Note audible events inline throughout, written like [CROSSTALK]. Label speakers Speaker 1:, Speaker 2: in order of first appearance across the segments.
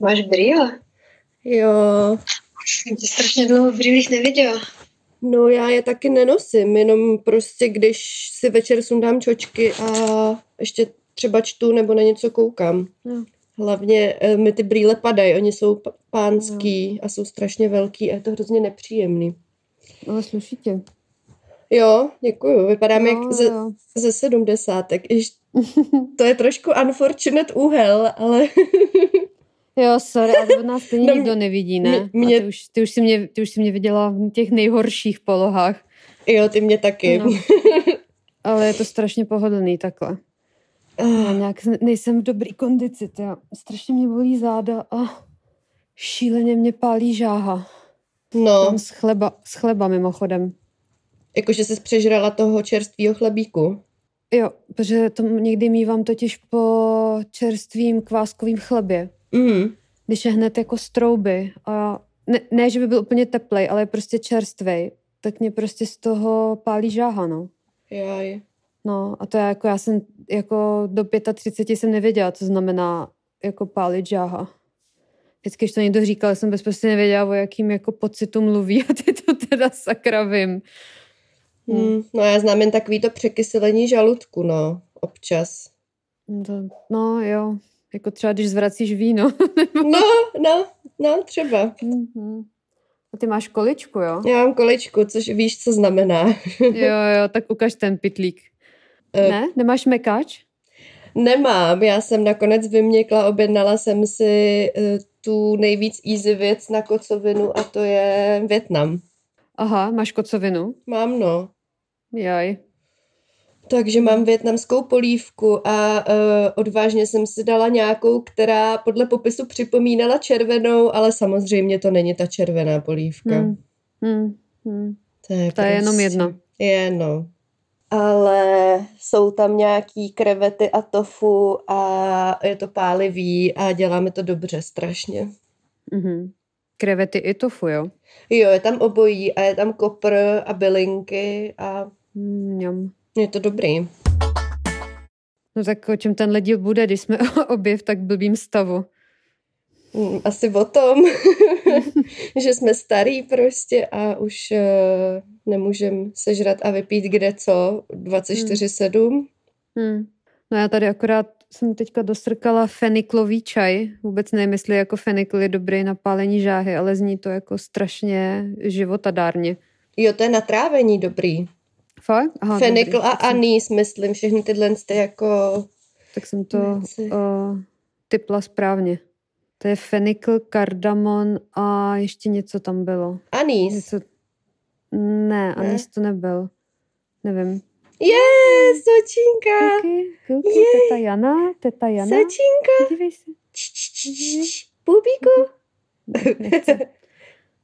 Speaker 1: Máš brýle?
Speaker 2: Jo,
Speaker 1: Jsem tě strašně dlouho v brýlích neviděla.
Speaker 2: no já je taky nenosím, jenom prostě když si večer sundám čočky a ještě třeba čtu nebo na něco koukám.
Speaker 3: Jo.
Speaker 2: Hlavně eh, mi ty brýle padají, oni jsou p- pánský a jsou strašně velký a je to hrozně nepříjemný.
Speaker 3: Ale slušitě.
Speaker 2: Jo, děkuju, vypadám jo,
Speaker 3: Jo,
Speaker 2: jak ze,
Speaker 3: No, jo.
Speaker 2: ze sedmdesátek, iž to je trošku unfortunate úhel, ale [LAUGHS]
Speaker 3: Jo, sorry, ale to od nás stejně
Speaker 2: No,
Speaker 3: nikdo nevidí, ne?
Speaker 2: mě- mě-
Speaker 3: A ty, už, ty, už si mě, ty už si mě viděla v těch nejhorších polohách.
Speaker 2: jo, ty mě taky.
Speaker 3: No. [LAUGHS] Ale je to strašně pohodlný takhle. Já
Speaker 2: Ah,
Speaker 3: nějak ne- nejsem v dobrý kondici, to já, strašně mě bolí záda a šíleně mě pálí žáha.
Speaker 2: No,
Speaker 3: Tam z chleba, z chleba mimochodem.
Speaker 2: jakože jsi přežrala toho čerstvého chlebíku.
Speaker 3: Jo, protože to někdy mívám totiž po čerstvým kváskovým chlebě,
Speaker 2: Mm.
Speaker 3: když je hned jako z trouby a ne, ne, že by byl úplně teplej, ale je prostě čerstvej, tak mě prostě z toho pálí žáha, no.
Speaker 2: Jaj.
Speaker 3: No a to je jako, já jsem jako do 35 jsem nevěděla, co znamená jako pálit žáha. Vždycky, když to někdo říkal, jsem bezprostě nevěděla, o jakým jako pocitu mluví a ty to teda sakra vím.
Speaker 2: Mm. No já znám jen takový to překyselení žaludku, no,
Speaker 3: [LAUGHS]
Speaker 2: občas.
Speaker 3: To, no jo, jako třeba když zvracíš víno.
Speaker 2: No, no, no, třeba.
Speaker 3: A ty máš količku, jo?
Speaker 2: Já mám kolečku, což víš, co znamená. [LAUGHS]
Speaker 3: [LAUGHS] Jo, jo, tak ukaž ten pitlík.
Speaker 2: Eh.
Speaker 3: Ne? Nemáš mekáč?
Speaker 2: Nemám, já jsem nakonec vyměkla, objednala jsem si eh, tu nejvíc easy věc na kocovinu a to je Větnam.
Speaker 3: Aha, máš kocovinu?
Speaker 2: Mám, no.
Speaker 3: Jaj.
Speaker 2: Takže mám větnamskou polívku a uh, odvážně jsem si dala nějakou, která podle popisu připomínala červenou, ale samozřejmě to není ta červená polívka.
Speaker 3: Hmm. Hmm. Hmm.
Speaker 2: To je,
Speaker 3: To je jenom
Speaker 2: prostě-
Speaker 3: jedna.
Speaker 2: Je, no. Ale jsou tam nějaký krevety a tofu a je to pálivý a děláme to dobře strašně.
Speaker 3: Mhm. Krevety i tofu, jo?
Speaker 2: Jo, je tam obojí a je tam kopr a bylinky a
Speaker 3: Mm, Mňam.
Speaker 2: je to dobrý.
Speaker 3: No tak o čem tenhle díl bude, když jsme [LAUGHS] obě v tak blbým stavu.
Speaker 2: Mm, Asi o tom, [LAUGHS] že jsme starý prostě a už eh, nemůžem sežrat a vypít kde co 24-7.
Speaker 3: Hmm. No já tady akorát jsem teďka dosrkala feniklový čaj. Vůbec nevím, jestli jako fenikl je dobrý na pálení žáhy, ale zní to jako strašně životadárně.
Speaker 2: Jo, to je na trávení dobrý.
Speaker 3: Fakt? Aha,
Speaker 2: Fenikl
Speaker 3: No, dobrý.
Speaker 2: a
Speaker 3: Tak jsem-
Speaker 2: anís, myslím, všechny tyhle ty jako
Speaker 3: Tak jsem to
Speaker 2: Věci.
Speaker 3: uh, typla správně. To je fenikl, kardamon a ještě něco tam bylo.
Speaker 2: anís.
Speaker 3: Něco... Ne, ani ne. to nebyl. Nevím.
Speaker 2: Yes, sočinka,
Speaker 3: Kuky, kuky, teta Jana, teta Jana.
Speaker 2: sočinka,
Speaker 3: Dívej se.
Speaker 2: Č, č, č,
Speaker 3: Mhm.
Speaker 2: č, bubíku.
Speaker 3: Nechce.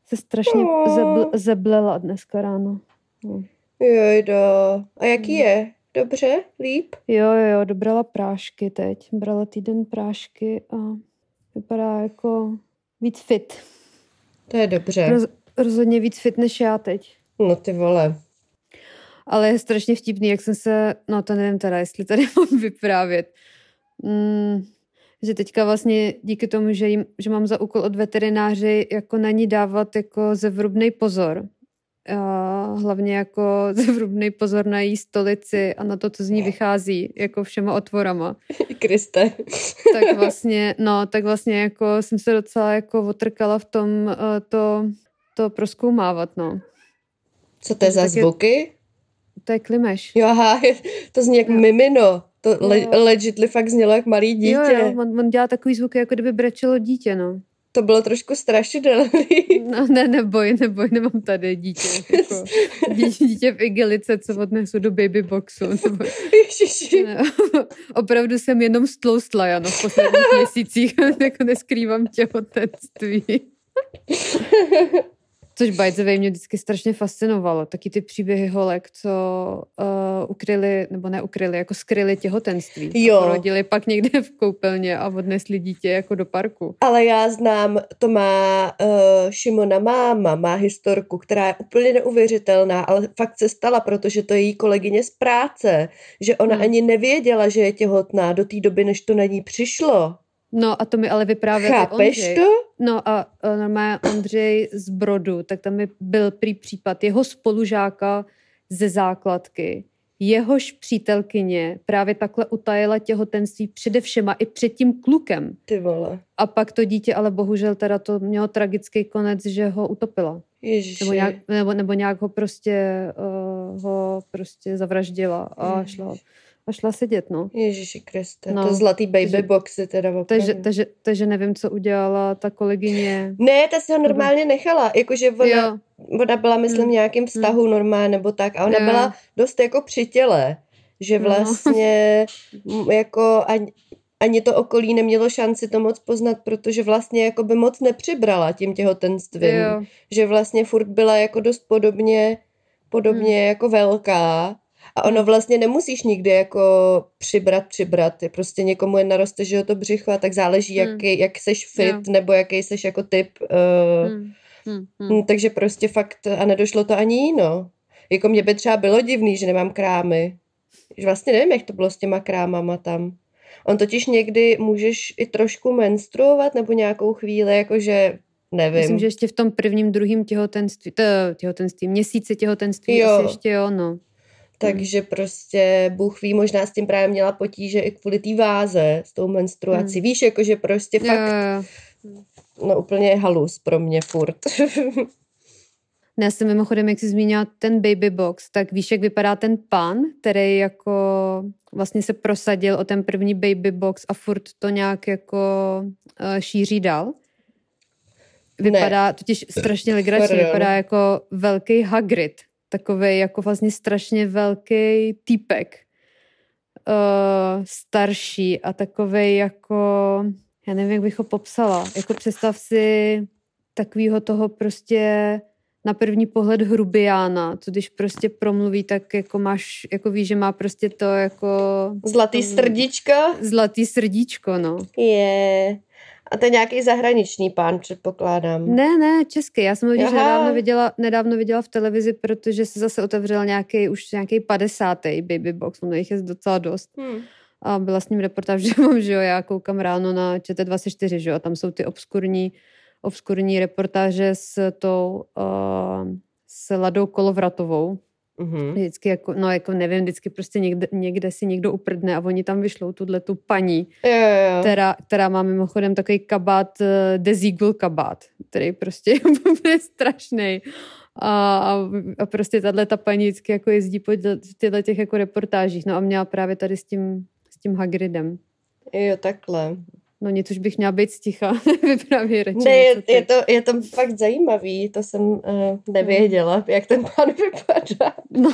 Speaker 3: Se strašně
Speaker 2: Jo.
Speaker 3: zebl, zeblela dneska ráno.
Speaker 2: Jojdo, a jaký
Speaker 3: Mhm.
Speaker 2: je? Dobře? Líp?
Speaker 3: Jo, jo, jo, dobrala prášky teď. Brala týden prášky a vypadá jako víc fit.
Speaker 2: To je dobře.
Speaker 3: Roz, rozhodně víc fit než já teď.
Speaker 2: No
Speaker 3: [LAUGHS]
Speaker 2: ty vole.
Speaker 3: Ale je strašně vtipný, jak jsem se, no to nevím teda, jestli tady [LAUGHS] mám vyprávět. Mm, že teďka vlastně díky tomu, že, jim, že mám za úkol od veterináři jako na ní dávat jako zevrubný pozor. A hlavně jako [LAUGHS] zevrubný pozor na její stolici a na to, co z ní vychází, jako všema otvorama.
Speaker 2: Kriste.
Speaker 3: Tak vlastně, no, tak vlastně jako jsem se docela jako otrkala v tom eh, to, to proskoumávat, no.
Speaker 2: Co to je za
Speaker 3: Tak je-
Speaker 2: zvuky?
Speaker 3: To je klimeš.
Speaker 2: Jo, aha, to zní jak
Speaker 3: Jo.
Speaker 2: mimino. To
Speaker 3: Jo.
Speaker 2: le- legitly fakt znělo jak malý dítě.
Speaker 3: Jo, jo, on, on dělá takový zvuk, jako kdyby brečelo dítě,
Speaker 2: [LAUGHS]
Speaker 3: no.
Speaker 2: To bylo trošku strašidelný. [LAUGHS]
Speaker 3: no ne, neboj, neboj, nemám tady dítě.
Speaker 2: [LAUGHS]
Speaker 3: Jako, dítě, dítě v igelice, co odnesu do baby boxu. Nebo,
Speaker 2: Ježiši.
Speaker 3: ne, [LAUGHS] opravdu jsem jenom stloustla, Jano, v
Speaker 2: [LAUGHS]
Speaker 3: posledních měsících. [LAUGHS] jako neskrývám těhotenství. Což by the way mě vždycky strašně fascinovalo. Taky ty příběhy holek, co uh, ukryli, nebo neukryli, jako skryli těhotenství. A
Speaker 2: Jo.
Speaker 3: Porodili pak někde v koupelně a odnesli dítě jako do parku.
Speaker 2: Ale já znám, to má uh, Šimona máma, má historku, která je úplně neuvěřitelná, ale fakt se stala, protože to je její kolegyně z práce, že ona
Speaker 3: Hmm.
Speaker 2: ani nevěděla, že je těhotná do té doby, než to na ní přišlo.
Speaker 3: No a to mi ale vyprávěl i
Speaker 2: Chápeš
Speaker 3: Ondřej.
Speaker 2: to?
Speaker 3: No a e, normálně Ondřej z Brodu, tak tam mi byl prý případ jeho spolužáka ze základky. Jehož přítelkyně právě takhle utajila těhotenství především i před tím klukem.
Speaker 2: Ty vole.
Speaker 3: A pak to dítě, ale bohužel teda to mělo tragický konec, že ho utopila.
Speaker 2: Ježiši.
Speaker 3: Nebo nějak, nebo, nebo nějak ho prostě uh, ho prostě zavraždila a
Speaker 2: Ježiš.
Speaker 3: šla, a šla sedět, no.
Speaker 2: Hmm. Ježiši Kriste, no.
Speaker 3: No.
Speaker 2: to zlatý baby
Speaker 3: Takže-
Speaker 2: boxy teda opravdu.
Speaker 3: Takže, takže, takže nevím, co udělala ta kolegyně.
Speaker 2: Ne, ta se ho normálně nechala, jakože ona,
Speaker 3: Jo,
Speaker 2: ona byla, myslím, v
Speaker 3: Mm.
Speaker 2: nějakém vztahu normálně nebo tak a ona
Speaker 3: Jo.
Speaker 2: byla dost jako při těle, že
Speaker 3: No. [LAUGHS]
Speaker 2: vlastně m, jako ani, ani to okolí nemělo šanci to moc poznat, protože vlastně jako by moc nepřibrala tím těhotenstvím,
Speaker 3: jo.
Speaker 2: že vlastně furt byla jako dost podobně, podobně jako velká a ono
Speaker 3: Hmm.
Speaker 2: vlastně nemusíš nikdy jako přibrat, přibrat, Je prostě někomu je naroste, že jo, to břicho a tak záleží,
Speaker 3: Hmm.
Speaker 2: jaký, jak seš fit
Speaker 3: Jo.
Speaker 2: nebo jaký seš jako typ, uh,
Speaker 3: Hm, hm, hm.
Speaker 2: hmm. takže prostě fakt a nedošlo to ani jino. Jako mě by třeba bylo divný, že nemám krámy. Že vlastně nevím, jak to bylo s těma krámama tam. On totiž někdy můžeš i trošku menstruovat nebo nějakou chvíli, jakože nevím.
Speaker 3: Myslím, že ještě v tom prvním, druhém těhotenství, to, těhotenství, měsíci těhotenství,
Speaker 2: Jo.
Speaker 3: jo. asi ještě jo, no.
Speaker 2: Takže prostě Bůh ví, možná s tím právě měla potíže i kvůli té váze s tou menstruací.
Speaker 3: Hmm.
Speaker 2: Víš, jakože prostě
Speaker 3: Jo,
Speaker 2: fakt,
Speaker 3: jo, jo.
Speaker 2: no úplně halus pro mě furt. [LAUGHS]
Speaker 3: Ne, já jsem mimochodem, jak jsi zmínila ten baby box, tak víš, jak vypadá ten pán, který jako vlastně se prosadil o ten první baby box a furt to nějak jako eh, šíří dál?
Speaker 2: Ne.
Speaker 3: Vypadá totiž strašně legračně,
Speaker 2: Pardon.
Speaker 3: vypadá jako velký Hagrid, takový jako vlastně strašně velký týpek, uh, starší a takový jako, já nevím, jak bych ho popsala, jako představ si takovýho toho prostě na první pohled hrubiána, co když prostě promluví, tak jako máš, jako víš, že má prostě to jako
Speaker 2: Zlatý
Speaker 3: Hmm.
Speaker 2: srdíčka
Speaker 3: zlatý srdíčko, no.
Speaker 2: je... A to je nějaký zahraniční pán, předpokládám.
Speaker 3: Ne, ne, český. Já jsem ho když
Speaker 2: Aha.
Speaker 3: nedávno viděla, nedávno viděla v televizi, protože se zase otevřel nějaký už nějaký 50. baby box, ono jich je docela dost.
Speaker 2: Hmm.
Speaker 3: A byla s ním reportáž, že mám, že jo, já koukám ráno na ČT24, že jo, a tam jsou ty obskurní, obskurní reportáže s tou, uh, s Ladou Kolovratovou.
Speaker 2: Mhm.
Speaker 3: Vždycky jako, no jako nevím, vždycky prostě někde, někde si někdo uprdne a oni tam vyšlou tuhle tu paní,
Speaker 2: Jo, jo, jo.
Speaker 3: která, která má mimochodem takový kabát, eh, Desigual kabát, který prostě [LAUGHS] je úplně strašný. A, a, a prostě tahle ta paní vždycky jako jezdí po těle- těchto těch jako reportážích. No a měla právě tady s tím, s tím Hagridem.
Speaker 2: Jo, takhle.
Speaker 3: No nic, už bych měla být sticha, [LAUGHS] vyprávěj radši.
Speaker 2: Ne,
Speaker 3: něco
Speaker 2: je,
Speaker 3: ty.
Speaker 2: je, to, je to fakt zajímavý, to jsem uh, nevěděla, jak ten pán [LAUGHS] vypadá.
Speaker 3: No,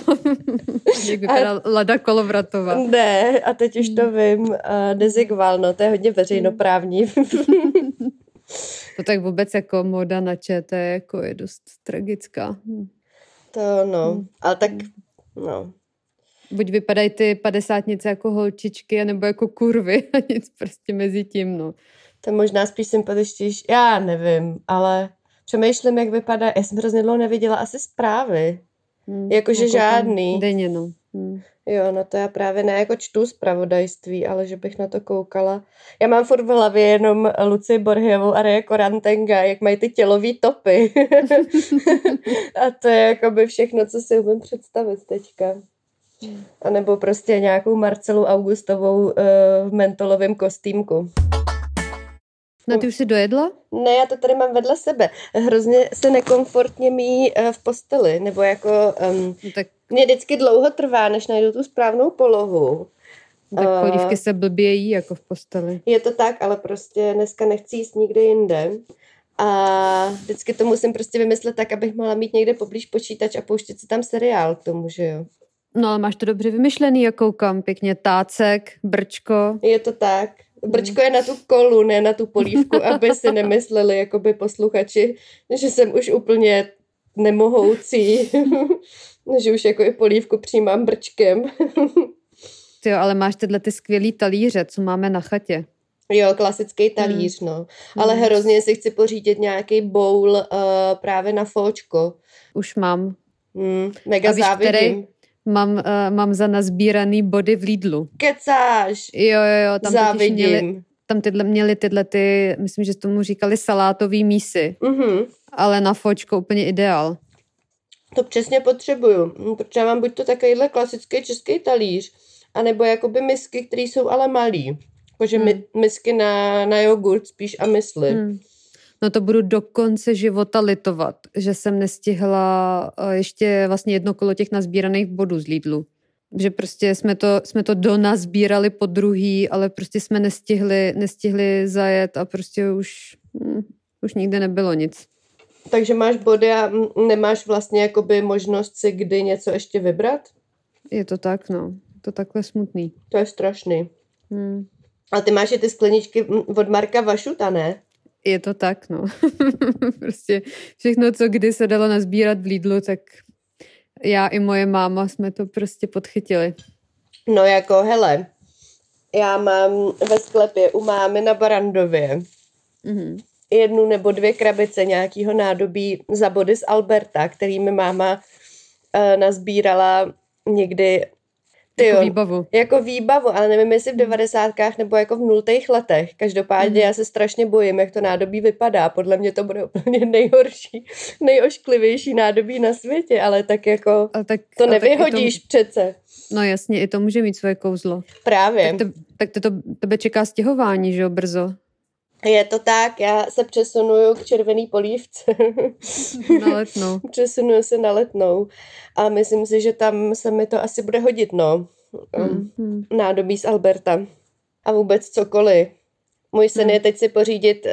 Speaker 3: [LAUGHS] jak vypadá Lada Kolovratová.
Speaker 2: Ne, a teď už to
Speaker 3: Hmm.
Speaker 2: vím. Uh, Dezigval, no, to je hodně veřejnoprávní.
Speaker 3: To tak vůbec jako moda na ČT jako je dost tragická. Hm.
Speaker 2: [LAUGHS] to no,
Speaker 3: Hmm.
Speaker 2: ale tak,
Speaker 3: Hmm.
Speaker 2: no.
Speaker 3: Buď vypadají ty padesátnice jako holčičky, nebo jako kurvy [LAUGHS] a nic prostě mezi tím, no.
Speaker 2: To je možná spíš sympatičtější, já nevím, ale přemýšlím, jak vypadá, já jsem hrozně dlouho neviděla asi zprávy.
Speaker 3: Hm,
Speaker 2: Jakože
Speaker 3: tam
Speaker 2: žádný.
Speaker 3: Denně, no. Hm.
Speaker 2: Jo, no to já právě ne jako čtu zpravodajství, ale že bych na to koukala. Já mám furt v hlavě jenom Luci Borhevou a Reje Korantenga, jak mají ty tělový topy. a to je jako by všechno, co si umím představit teďka. A nebo prostě nějakou Marcelu Augustovou eh, v mentolovém kostýmku.
Speaker 3: No ty už jsi dojedla?
Speaker 2: Ne, já to tady mám vedle sebe. Hrozně se nekomfortně mí eh, v posteli, nebo jako... Um,
Speaker 3: No, tak,
Speaker 2: mě vždycky dlouho trvá, než najdu tu správnou polohu.
Speaker 3: tak
Speaker 2: Eh.
Speaker 3: polívky se blbějí jako v posteli.
Speaker 2: Je to tak, ale prostě dneska nechci jíst nikde jinde. A vždycky to musím prostě vymyslet tak, abych mohla mít někde poblíž počítač a pouštět si tam seriál k tomu, že jo.
Speaker 3: No ale máš to dobře vymyšlený, já koukám pěkně. Tácek, brčko.
Speaker 2: Je to tak. Brčko je na tu kolu, ne na
Speaker 3: [LAUGHS]
Speaker 2: tu polívku, aby si nemysleli jakoby posluchači, že jsem už úplně nemohoucí, [LAUGHS] že už jako i polívku přijímám brčkem. [LAUGHS]
Speaker 3: Ty jo, ale máš tyhle ty skvělý talíře, co máme na chatě.
Speaker 2: Jo, klasický talíř, no. Ale
Speaker 3: Hmm.
Speaker 2: hrozně si chci pořídit nějaký bowl uh, právě na fočko.
Speaker 3: Už mám.
Speaker 2: Hmm, mega
Speaker 3: A víš,
Speaker 2: závidím.
Speaker 3: který? Mám, uh, mám za nazbíraný body v Lidlu.
Speaker 2: Kecáš!
Speaker 3: Jo, jo, jo, tam totiž měli,
Speaker 2: závidím.
Speaker 3: tam tyhle, měli tyhle ty, myslím, že tomu říkali salátový mísy,
Speaker 2: Mhm.
Speaker 3: ale na fočko úplně ideál.
Speaker 2: To přesně potřebuju, Mm, protože já mám buď to takovýhle klasický český talíř, anebo jakoby misky, které jsou ale malý. Jakože
Speaker 3: Hmm.
Speaker 2: mi, misky na, na jogurt spíš a mysli.
Speaker 3: Hmm. No to budu do konce života litovat, že jsem nestihla eh, ještě vlastně jedno kolo těch nazbíraných bodů z Lidlu. Že prostě jsme to, jsme to do nazbírali po druhý, ale prostě jsme nestihli, nestihli zajet a prostě už, hm, už nikde nebylo nic.
Speaker 2: Takže máš body a mm, nemáš vlastně jakoby možnost si kdy něco ještě vybrat?
Speaker 3: Je to tak, no. Je to takhle smutný.
Speaker 2: To je strašný.
Speaker 3: Hmm.
Speaker 2: A ty máš i ty skleničky mm, od Marka Vašuta, ne?
Speaker 3: Je to tak, no. [LAUGHS] prostě všechno, co kdy se dalo nazbírat v Lidlu, tak já i moje máma jsme to prostě podchytili.
Speaker 2: No jako, hele, já mám ve sklepě u mámy na Barandově
Speaker 3: Mhm.
Speaker 2: jednu nebo dvě krabice nějakého nádobí za body z Alberta, který mi máma uh, nazbírala někdy ty
Speaker 3: Jako
Speaker 2: jako,
Speaker 3: výbavu.
Speaker 2: jako výbavu, ale nevím, jestli v devadesátkách nebo jako v nultých letech. Každopádně
Speaker 3: Mhm.
Speaker 2: já se strašně bojím, jak to nádobí vypadá. Podle mě to bude úplně nejhorší, nejošklivější nádobí na světě, ale tak jako
Speaker 3: A tak, jako-
Speaker 2: to
Speaker 3: a tak i
Speaker 2: nevyhodíš
Speaker 3: To,
Speaker 2: přece.
Speaker 3: no jasně, i to může mít svoje kouzlo.
Speaker 2: Právě.
Speaker 3: Tak, te, tak te to, tebe čeká stěhování, že jo,
Speaker 2: [LAUGHS]
Speaker 3: brzo.
Speaker 2: Je to tak, já se přesunuju k červený polívce. [LAUGHS]
Speaker 3: Na letnou.
Speaker 2: přesunuju se na letnou a myslím si, že tam se mi to asi bude hodit, no. Mm.
Speaker 3: Mm.
Speaker 2: Nádobí z Alberta a vůbec cokoliv. Můj sen
Speaker 3: Mm.
Speaker 2: je teď si pořídit uh,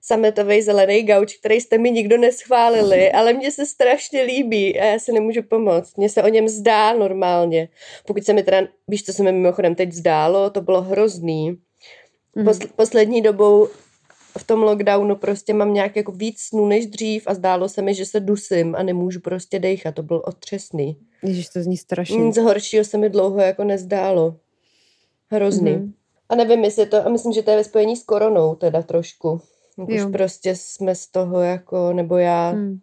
Speaker 2: sametový zelený gauč, který jste mi nikdo neschválili, ale mně se strašně líbí a já si nemůžu pomoct. Mně se o něm zdá normálně. Pokud se mi teda, víš, co se mi mimochodem teď zdálo, to bylo hrozný.
Speaker 3: Mm.
Speaker 2: Posl- poslední dobou v tom lockdownu prostě mám nějak jako víc snů než dřív a zdálo se mi, že se dusím a nemůžu prostě dejchat. To bylo otřesný.
Speaker 3: Ježiš, to zní strašně.
Speaker 2: Nic horšího se mi dlouho jako nezdálo. Hrozný.
Speaker 3: Mhm.
Speaker 2: A nevím, jestli to, a myslím, že to je ve spojení s koronou teda trošku. Už
Speaker 3: Jo.
Speaker 2: prostě jsme z toho jako, nebo já,
Speaker 3: Mm.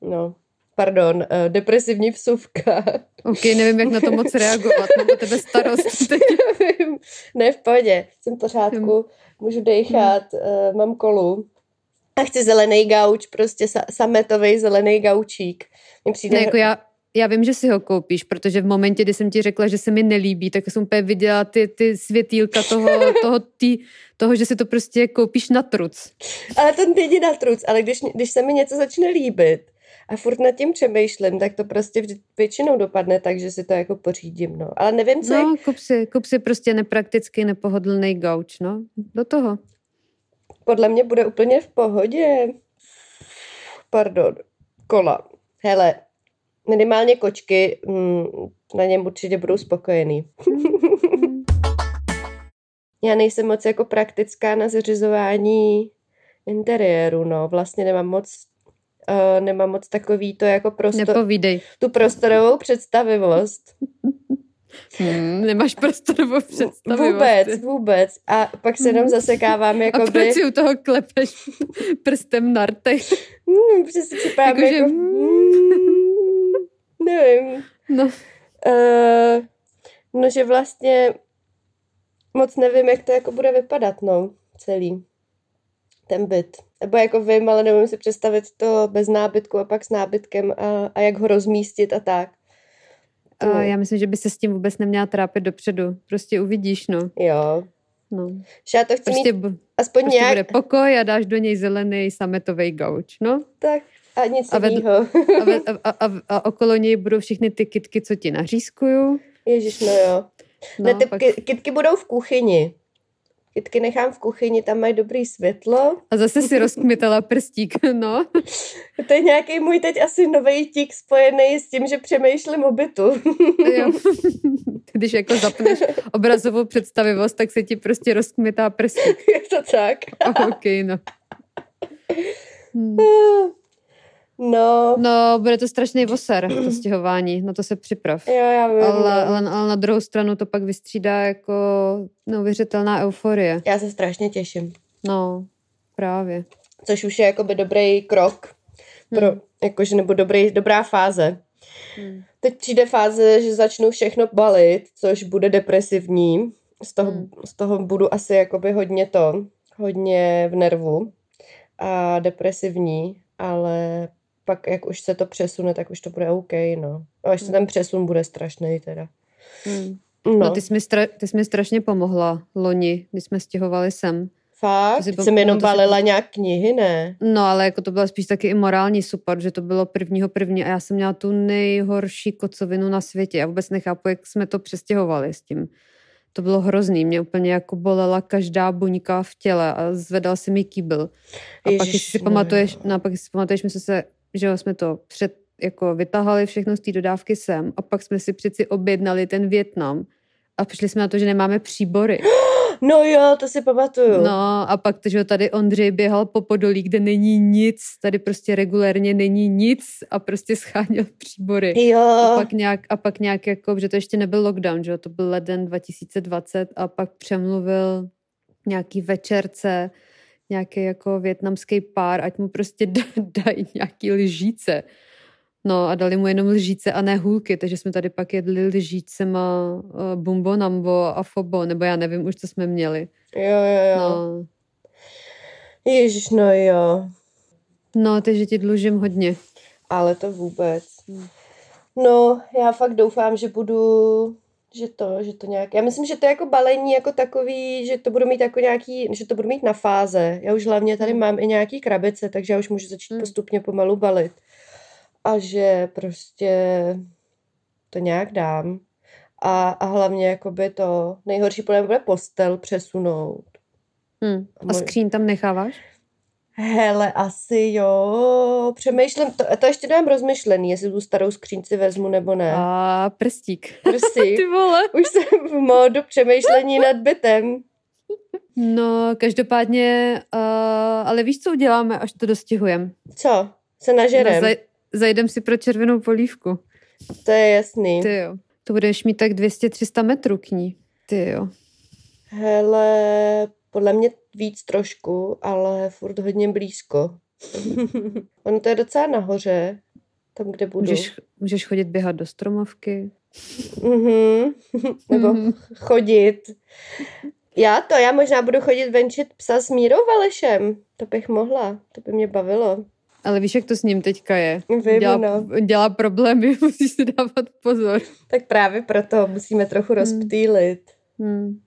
Speaker 2: no, pardon, eh, depresivní vsuvka. [LAUGHS]
Speaker 3: Ok, nevím, jak na to moc reagovat. Mám na tebe starost. teď.
Speaker 2: Nevím. [LAUGHS] ne, v pohodě, jsem v pořádku, můžu dejchat, eh, mám kolu. A chci zelený gauč, prostě sa- sametový zelený gaučík. Mně přijde...
Speaker 3: Ne, jako já, já vím, že si ho koupíš, protože v momentě, kdy jsem ti řekla, že se mi nelíbí, tak jsem úplně viděla ty, ty světýlka toho, toho, tý, toho, že si to prostě koupíš na truc.
Speaker 2: Ale to není na truc, ale když, když se mi něco začne líbit a furt nad tím přemýšlím, tak to prostě vždy, většinou dopadne tak, že si to jako pořídím, no. Ale nevím, co no. je,
Speaker 3: No, kup si, kup si prostě nepraktický, nepohodlný gauč, no. Do toho.
Speaker 2: podle mě bude úplně v pohodě. Pardon, kola. Hele, minimálně kočky, mm, na něm určitě
Speaker 3: [LAUGHS]
Speaker 2: budou spokojený.
Speaker 3: Mm.
Speaker 2: Já nejsem moc jako praktická na zařizování interiéru, no. Vlastně nemám moc, uh, nemám moc takový to jako prostor,
Speaker 3: Nepovídej.
Speaker 2: tu prostorovou představivost.
Speaker 3: Hmm, nemáš prostorovou představu.
Speaker 2: Vůbec, vůbec. A pak se jenom
Speaker 3: Mhm.
Speaker 2: zasekávám,
Speaker 3: vlastně. A
Speaker 2: jakoby...
Speaker 3: proč si u toho klepeš [LAUGHS] prstem na rtech?
Speaker 2: Hmm, přesně připadám jako...
Speaker 3: Jakože-
Speaker 2: jako hmm, nevím.
Speaker 3: No,
Speaker 2: Uh, no, že vlastně moc nevím, jak to jako bude vypadat, no, celý ten byt. Nebo jako vím, ale nevím si představit to bez nábytku a pak s nábytkem a, a jak ho rozmístit a tak. Hmm, To-
Speaker 3: a já myslím, že by se s tím vůbec neměla trápit dopředu. Prostě uvidíš, no.
Speaker 2: Jo.
Speaker 3: no.
Speaker 2: Že já to chci
Speaker 3: Prostě,
Speaker 2: mít
Speaker 3: bu-
Speaker 2: aspoň
Speaker 3: prostě
Speaker 2: nějak
Speaker 3: bude pokoj a dáš do něj zelený sametový gauč, no.
Speaker 2: tak a nic
Speaker 3: A vedl-
Speaker 2: jiného. [LAUGHS]
Speaker 3: A, ve, a, a, a okolo něj budou všechny ty kitky, co ti nařízkuju.
Speaker 2: Ježíš, no jo.
Speaker 3: No,
Speaker 2: No, ne, ty
Speaker 3: pak-
Speaker 2: pak... kitky budou v kuchyni. Kitky nechám v kuchyni, tam mají dobrý světlo.
Speaker 3: A zase si rozkmitala prstík, [LAUGHS] no.
Speaker 2: To je nějaký můj teď asi nový tik spojený s tím, že přemýšlím o bytu. [LAUGHS]
Speaker 3: Jo. [LAUGHS] Když jako zapneš obrazovou představivost, tak se ti prostě rozkmitá prstík.
Speaker 2: je to tak?
Speaker 3: Ok, no. Hmm.
Speaker 2: No,
Speaker 3: No, bude to strašný voser, to stěhování, na to se připrav.
Speaker 2: jo, já vím.
Speaker 3: Ale,
Speaker 2: no.
Speaker 3: ale, ale na druhou stranu to pak vystřídá jako neuvěřitelná euforie.
Speaker 2: Já se strašně těším.
Speaker 3: No, právě.
Speaker 2: Což už je jakoby dobrý krok. Pro,
Speaker 3: Hmm.
Speaker 2: Jakože, nebo dobrý, dobrá fáze.
Speaker 3: Hmm.
Speaker 2: Teď přijde fáze, že začnu všechno balit, což bude depresivní z toho,
Speaker 3: Hmm.
Speaker 2: z toho budu asi jakoby hodně to, hodně v nervu a depresivní, ale pak jak už se to přesune, tak už to bude OK, no. A ještě
Speaker 3: Hmm.
Speaker 2: ten přesun bude strašný teda.
Speaker 3: Hmm.
Speaker 2: No,
Speaker 3: No, ty jsi, mi stra- ty jsi mi strašně pomohla loni, když jsme stěhovali sem.
Speaker 2: fakt?
Speaker 3: ty jsi
Speaker 2: Ty
Speaker 3: pom-
Speaker 2: jsem jenom
Speaker 3: no, to jsi-
Speaker 2: balila nějak knihy, ne?
Speaker 3: No, ale jako to byla spíš taky i morální super, že to bylo prvního první a já jsem měla tu nejhorší kocovinu na světě. Já vůbec nechápu, jak jsme to přestěhovali s tím. To bylo hrozný, mě úplně jako bolela každá buňka v těle a zvedal se mi kýbl. A pak, jestli si
Speaker 2: Ježišmarja.
Speaker 3: pamatuješ, no, a pak, jestli si pamatuješ, my jsme se, že jo, jsme to před, jako vytahali všechno z té dodávky sem a pak jsme si přeci objednali ten Větnam a přišli jsme na to, že nemáme příbory.
Speaker 2: No jo, to si pamatuju.
Speaker 3: No a pak to, že jo, tady Ondřej běhal po podolí, kde není nic, tady prostě regulérně není nic a prostě scháněl příbory. A
Speaker 2: Jo.
Speaker 3: pak nějak, a pak nějak jako, že to ještě nebyl lockdown, že jo, to byl leden 2020 a pak přemluvil nějaký večerce, nějaký jako větnamský pár, ať mu prostě [LAUGHS] da- dají nějaký lžíce. No a dali mu jenom lžíce a ne hůlky, takže jsme tady pak jedli lžícema eh, bumbo nambo a fobo, nebo já nevím už, co jsme měli.
Speaker 2: Jo, jo, jo. No.
Speaker 3: No,
Speaker 2: Ježiš, no jo.
Speaker 3: no takže ti dlužím hodně.
Speaker 2: Ale to vůbec.
Speaker 3: Hmm.
Speaker 2: No, já fakt doufám, že budu, že to, že to nějak, já myslím, že to je jako balení jako takový, že to budu mít jako nějaký, že to budu mít na fáze. Já už hlavně tady
Speaker 3: Hmm.
Speaker 2: mám i nějaký krabice, takže já už můžu začít
Speaker 3: Hmm.
Speaker 2: postupně pomalu balit. A že prostě to nějak dám. A, a hlavně jakoby to nejhorší podle mě bude postel přesunout.
Speaker 3: Hm. A
Speaker 2: Moje-
Speaker 3: skříň tam necháváš?
Speaker 2: Hele, asi jo. Přemýšlím, to, to ještě dám rozmyšlený, jestli tu starou skřínci vezmu nebo ne.
Speaker 3: A prstík. [LAUGHS]
Speaker 2: Prosím.
Speaker 3: Ty vole.
Speaker 2: Už jsem v módu přemýšlení nad bytem.
Speaker 3: No, každopádně, uh, ale víš, co uděláme, až to dostihujeme?
Speaker 2: Co? Se nažerem?
Speaker 3: Zaj- zajdem si pro červenou polívku.
Speaker 2: To je jasný.
Speaker 3: Ty jo. To budeš mít tak 200-300 metrů k ní. Ty jo.
Speaker 2: Hele, podle mě víc trošku, ale furt
Speaker 3: [LAUGHS]
Speaker 2: hodně blízko. ono to je docela nahoře, tam, kde budu.
Speaker 3: Můžeš, můžeš chodit běhat do stromovky.
Speaker 2: Mhm. [LAUGHS] Nebo
Speaker 3: Mhm.
Speaker 2: chodit. Já to, já možná budu chodit venčit psa s Mírou Valešem. To bych mohla, to by mě bavilo.
Speaker 3: Ale víš, jak to s ním teďka je?
Speaker 2: Vím,
Speaker 3: Dělá,
Speaker 2: no.
Speaker 3: dělá problémy, [LAUGHS] musíš si dávat pozor.
Speaker 2: Tak právě proto musíme trochu
Speaker 3: Hmm.
Speaker 2: rozptýlit.
Speaker 3: Hm.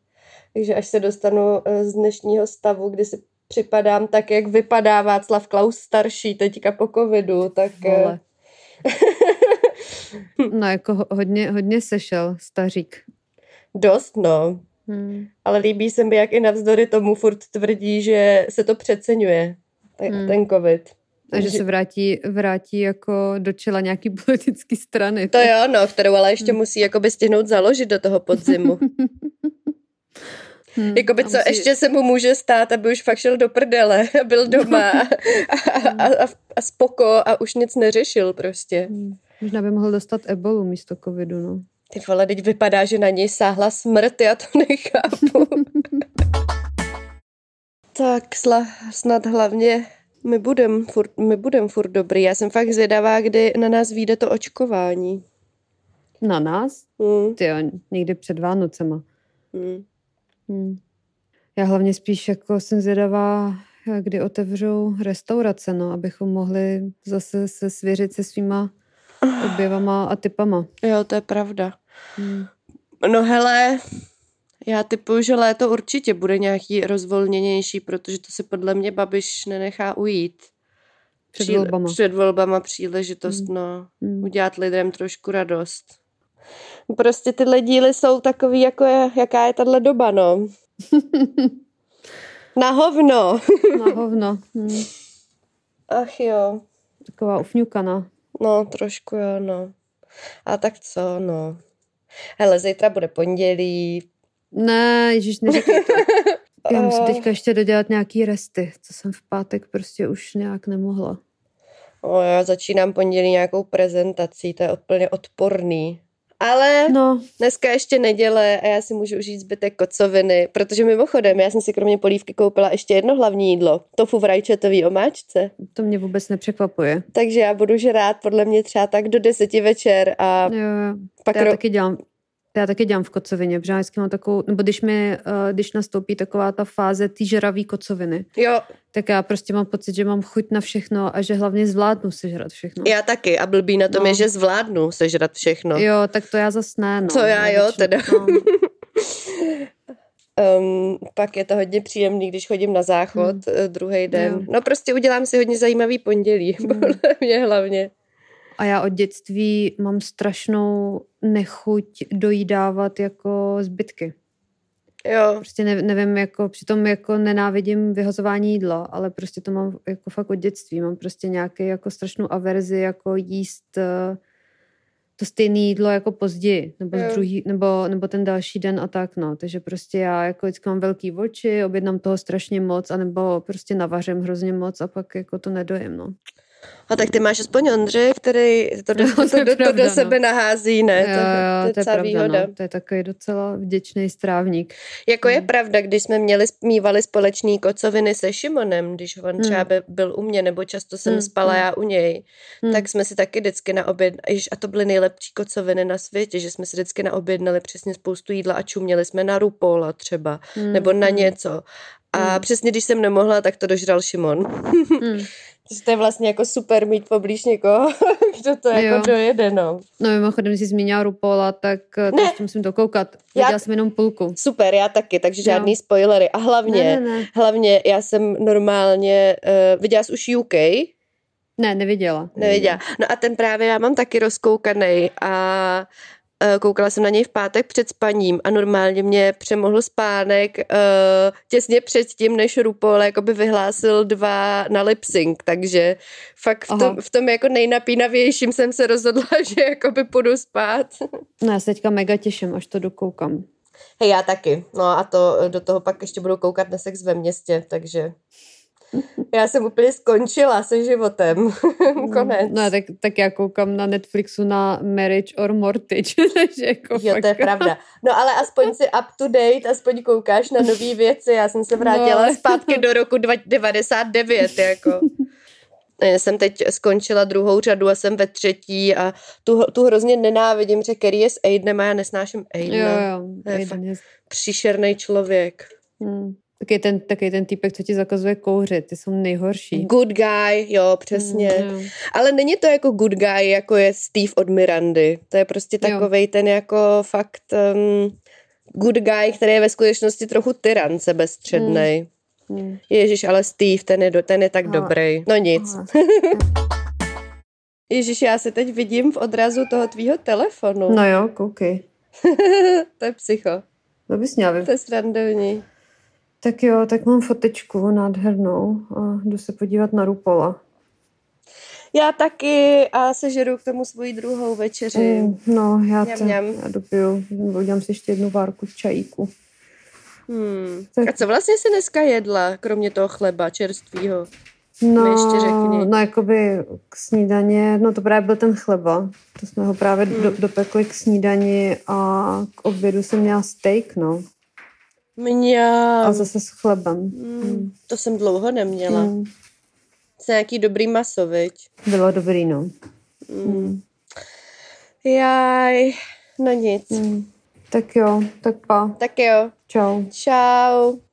Speaker 2: Takže až se dostanu eh, z dnešního stavu, kdy si připadám tak, jak vypadá Václav Klaus starší teďka po covidu, tak... eh,
Speaker 3: Vole. [LAUGHS] No, jako ho- hodně, hodně sešel stařík.
Speaker 2: Dost, no.
Speaker 3: Hmm.
Speaker 2: Ale líbí se mi, jak i navzdory tomu furt tvrdí, že se to přeceňuje, ten,
Speaker 3: Hmm.
Speaker 2: ten covid.
Speaker 3: A že se vrátí, vrátí jako do čela nějaký [LAUGHS] politický strany.
Speaker 2: To je ono, no, kterou ale ještě
Speaker 3: Hmm.
Speaker 2: musí jakoby stihnout založit do
Speaker 3: [LAUGHS]
Speaker 2: toho podzimu.
Speaker 3: Hmm.
Speaker 2: Mm-hmm. Jakoby
Speaker 3: A
Speaker 2: co ještě se mu může stát, aby už fakt šel do prdele [LAUGHS] a byl doma a, a, a, a spoko a už nic neřešil prostě.
Speaker 3: Hmm. Možná by mohl dostat ebolu místo covidu, no.
Speaker 2: Ty vole, teď vypadá, že na něj sáhla smrt, já to [LAUGHS] nechápu. [LAUGHS] tak sla, snad hlavně my budem, furt, my budem furt dobrý. Já jsem fakt zvědavá, kdy na nás vyjde to očkování.
Speaker 3: Na nás?
Speaker 2: Hmm,
Speaker 3: Ty jo, někdy před Vánocema.
Speaker 2: hmm.
Speaker 3: Hmm. Já hlavně spíš jako jsem zvědavá, kdy otevřou restaurace, no, abychom mohli zase se svěřit se svýma objevama a typama.
Speaker 2: Jo, to je pravda.
Speaker 3: Hmm.
Speaker 2: No hele, já typuju, že léto určitě bude nějaký rozvolněnější, protože to si podle mě Babiš nenechá ujít.
Speaker 3: Před
Speaker 2: Příle-
Speaker 3: volbama.
Speaker 2: Před volbama příležitost,
Speaker 3: Hmm.
Speaker 2: no.
Speaker 3: Hmm.
Speaker 2: udělat lidem trošku radost. Prostě tyhle díly jsou takový, jako je, jaká je tahle
Speaker 3: [LAUGHS]
Speaker 2: doba, no. Na hovno.
Speaker 3: Na hovno. Hmm.
Speaker 2: Ach jo,
Speaker 3: Taková ufňukaná.
Speaker 2: no trošku jo, no. A tak co, no. Hele, zítra bude pondělí.
Speaker 3: Ne, ježiš, neříkej to. Já musím
Speaker 2: Eh,
Speaker 3: teďka ještě dodělat nějaký resty, co jsem v pátek prostě už nějak nemohla.
Speaker 2: O, já začínám pondělí nějakou prezentací, to je úplně odporný. Ale
Speaker 3: No,
Speaker 2: Dneska ještě neděle a já si můžu užít zbytek kocoviny, protože mimochodem já jsem si kromě polívky koupila ještě jedno hlavní jídlo, tofu v rajčatový omáčce.
Speaker 3: to mě vůbec nepřekvapuje.
Speaker 2: Takže já budu žrát podle mě třeba tak do deseti večer a
Speaker 3: Jo, jo.
Speaker 2: pak
Speaker 3: Já
Speaker 2: ro-
Speaker 3: taky dělám, já taky dělám v kocovině, protože já vždycky mám takovou, nebo když mi, eh, když nastoupí taková ta fáze ty žravý kocoviny,
Speaker 2: Jo,
Speaker 3: tak já prostě mám pocit, že mám chuť na všechno a že hlavně zvládnu sežrat všechno.
Speaker 2: já taky. A blbý na tom
Speaker 3: No.
Speaker 2: je, že zvládnu sežrat všechno.
Speaker 3: Jo, tak to já zas ne, no.
Speaker 2: Co já, jo,
Speaker 3: většinou-
Speaker 2: teda.
Speaker 3: No.
Speaker 2: Um, pak je to hodně příjemný, když chodím na záchod
Speaker 3: Hmm.
Speaker 2: hmm. druhý den.
Speaker 3: Jo.
Speaker 2: No prostě udělám si hodně zajímavý pondělí, [LAUGHS]
Speaker 3: Hmm.
Speaker 2: podle mě hlavně.
Speaker 3: A já od dětství mám strašnou nechuť dojídávat jako zbytky.
Speaker 2: Jo,
Speaker 3: Prostě ne, nevím, jako, přitom jako nenávidím vyhazování jídla, ale prostě to mám jako fakt od dětství. Mám prostě nějaké jako strašnou averzi, jako jíst eh, to stejné jídlo jako později, nebo,
Speaker 2: Jo.
Speaker 3: z druhý, nebo, nebo ten další den a tak, no. Takže prostě já jako vždycky mám velký oči, objednám toho strašně moc, anebo prostě navařím hrozně moc a pak jako to nedojím, no.
Speaker 2: a tak ty máš aspoň Ondře, který to do,
Speaker 3: No,
Speaker 2: to,
Speaker 3: [LAUGHS] to
Speaker 2: to,
Speaker 3: je
Speaker 2: to, to
Speaker 3: pravda,
Speaker 2: do
Speaker 3: no.
Speaker 2: sebe nahází, ne?
Speaker 3: Jo,
Speaker 2: to, to,
Speaker 3: jo,
Speaker 2: je docela výhoda.
Speaker 3: no. To je takový docela vděčný strávník.
Speaker 2: Jako je
Speaker 3: Mm.
Speaker 2: pravda, když jsme měli, mývali společný kocoviny se Šimonem, když on
Speaker 3: Mm.
Speaker 2: třeba by- byl u mě, nebo často jsem
Speaker 3: Mm,
Speaker 2: spala
Speaker 3: mm.
Speaker 2: já u něj,
Speaker 3: Hmm.
Speaker 2: tak jsme si taky vždycky naobjednali, a to byly nejlepší kocoviny na světě, že jsme si vždycky naobjednali přesně spoustu jídla a čuměli jsme na rupola třeba,
Speaker 3: Mm,
Speaker 2: nebo na
Speaker 3: mm,
Speaker 2: něco. A
Speaker 3: Mm.
Speaker 2: přesně když jsem nemohla, tak to dožral Šimon.
Speaker 3: mm.
Speaker 2: hm. Takže to je vlastně jako super mít poblíž někoho, [LAUGHS] kdo to jako
Speaker 3: Jo.
Speaker 2: dojede, no.
Speaker 3: No mimochodem, když jsi zmínila Rupola, tak eh, to
Speaker 2: Ne.
Speaker 3: ještě musím dokoukat.
Speaker 2: Já-
Speaker 3: Viděla jsem jenom půlku.
Speaker 2: Super, já taky, takže
Speaker 3: Jo.
Speaker 2: žádný spoilery. A hlavně...
Speaker 3: Ne, ne, ne.
Speaker 2: Hlavně já jsem normálně, uh, viděla jsi už UK,
Speaker 3: Ne, neviděla.
Speaker 2: neviděla.
Speaker 3: Mm.
Speaker 2: No a ten právě já mám taky rozkoukaný a eh, koukala jsem na něj v pátek před spaním a normálně mě přemohl spánek uh, těsně předtím, než Rupol jakoby vyhlásil dva na lipsing, takže fakt v
Speaker 3: Aha.
Speaker 2: tom, v tom jako nejnapínavějším jsem se rozhodla, [LAUGHS] že jakoby půjdu spát.
Speaker 3: No já se teďka mega těším, až to dokoukám.
Speaker 2: Hej, já taky. No a to eh, do toho pak ještě budu koukat na sex ve městě, takže já jsem úplně skončila se životem. [LAUGHS] [LAUGHS] Konec.
Speaker 3: No tak, tak já koukám na Netflixu na Marriage or Mortgage, [LAUGHS] takže jako
Speaker 2: Jo,
Speaker 3: fakt.
Speaker 2: to je
Speaker 3: [LAUGHS]
Speaker 2: pravda. No ale aspoň si up to date, aspoň koukáš na nové věci. Já jsem se vrátila
Speaker 3: No.
Speaker 2: zpátky do roku dva- 99, jako. Eh, Jsem teď skončila druhou řadu a jsem ve třetí a tu, tu hrozně nenávidím, že Kerry je s Aidenem a já nesnáším
Speaker 3: Jo,
Speaker 2: Aidena.
Speaker 3: jo,
Speaker 2: no. To je fakt-
Speaker 3: jeden je-
Speaker 2: Příšerný člověk.
Speaker 3: hm. Taky ten, taky ten týpek, co ti zakazuje kouřit, ty jsou nejhorší.
Speaker 2: Good guy, jo, přesně.
Speaker 3: Hm, jo.
Speaker 2: Ale není to jako good guy, jako je Steve od Mirandy. To je prostě
Speaker 3: Jo.
Speaker 2: takovej ten jako fakt um, good guy, který je ve skutečnosti trochu tyran sebestřednej. Hmm.
Speaker 3: Hm.
Speaker 2: Ježíš, ale Steve, ten je, do, ten je tak
Speaker 3: Ale-
Speaker 2: dobrý. No nic.
Speaker 3: Aha.
Speaker 2: Ježíš, já se teď vidím v odrazu toho tvýho telefonu.
Speaker 3: No jo, koukej.
Speaker 2: [LAUGHS] to je psycho.
Speaker 3: To bys měla vypadat.
Speaker 2: To je srandovní.
Speaker 3: Tak jo, tak mám fotečku nádhernou a jdu se podívat na Rupola.
Speaker 2: Já taky a sežeru k tomu svoji druhou večeři. Mm.
Speaker 3: Mm, no, já
Speaker 2: Mňam,
Speaker 3: to,
Speaker 2: mňam.
Speaker 3: já dopiju, nebo udělám si ještě jednu várku čajíku.
Speaker 2: Hmm.
Speaker 3: Tak-
Speaker 2: A co vlastně se dneska jedla, kromě toho chleba čerstvýho?
Speaker 3: No,
Speaker 2: ještě řekni.
Speaker 3: no jakoby k snídaně, no to právě byl ten chleba, to jsme ho právě
Speaker 2: Mm.
Speaker 3: do, dopekli k snídani a k obědu jsem měla steak, no,
Speaker 2: Mňam.
Speaker 3: a zase s chlebem.
Speaker 2: Mm, to jsem dlouho neměla. Mm.
Speaker 3: Mm,
Speaker 2: Jsem nějaký dobrý maso, viď?
Speaker 3: bylo dobrý, no. Hmm.
Speaker 2: Mm. Jaj, no nic.
Speaker 3: Hmm. Mm. Tak jo, tak pa,
Speaker 2: Tak jo,
Speaker 3: čau.
Speaker 2: čau.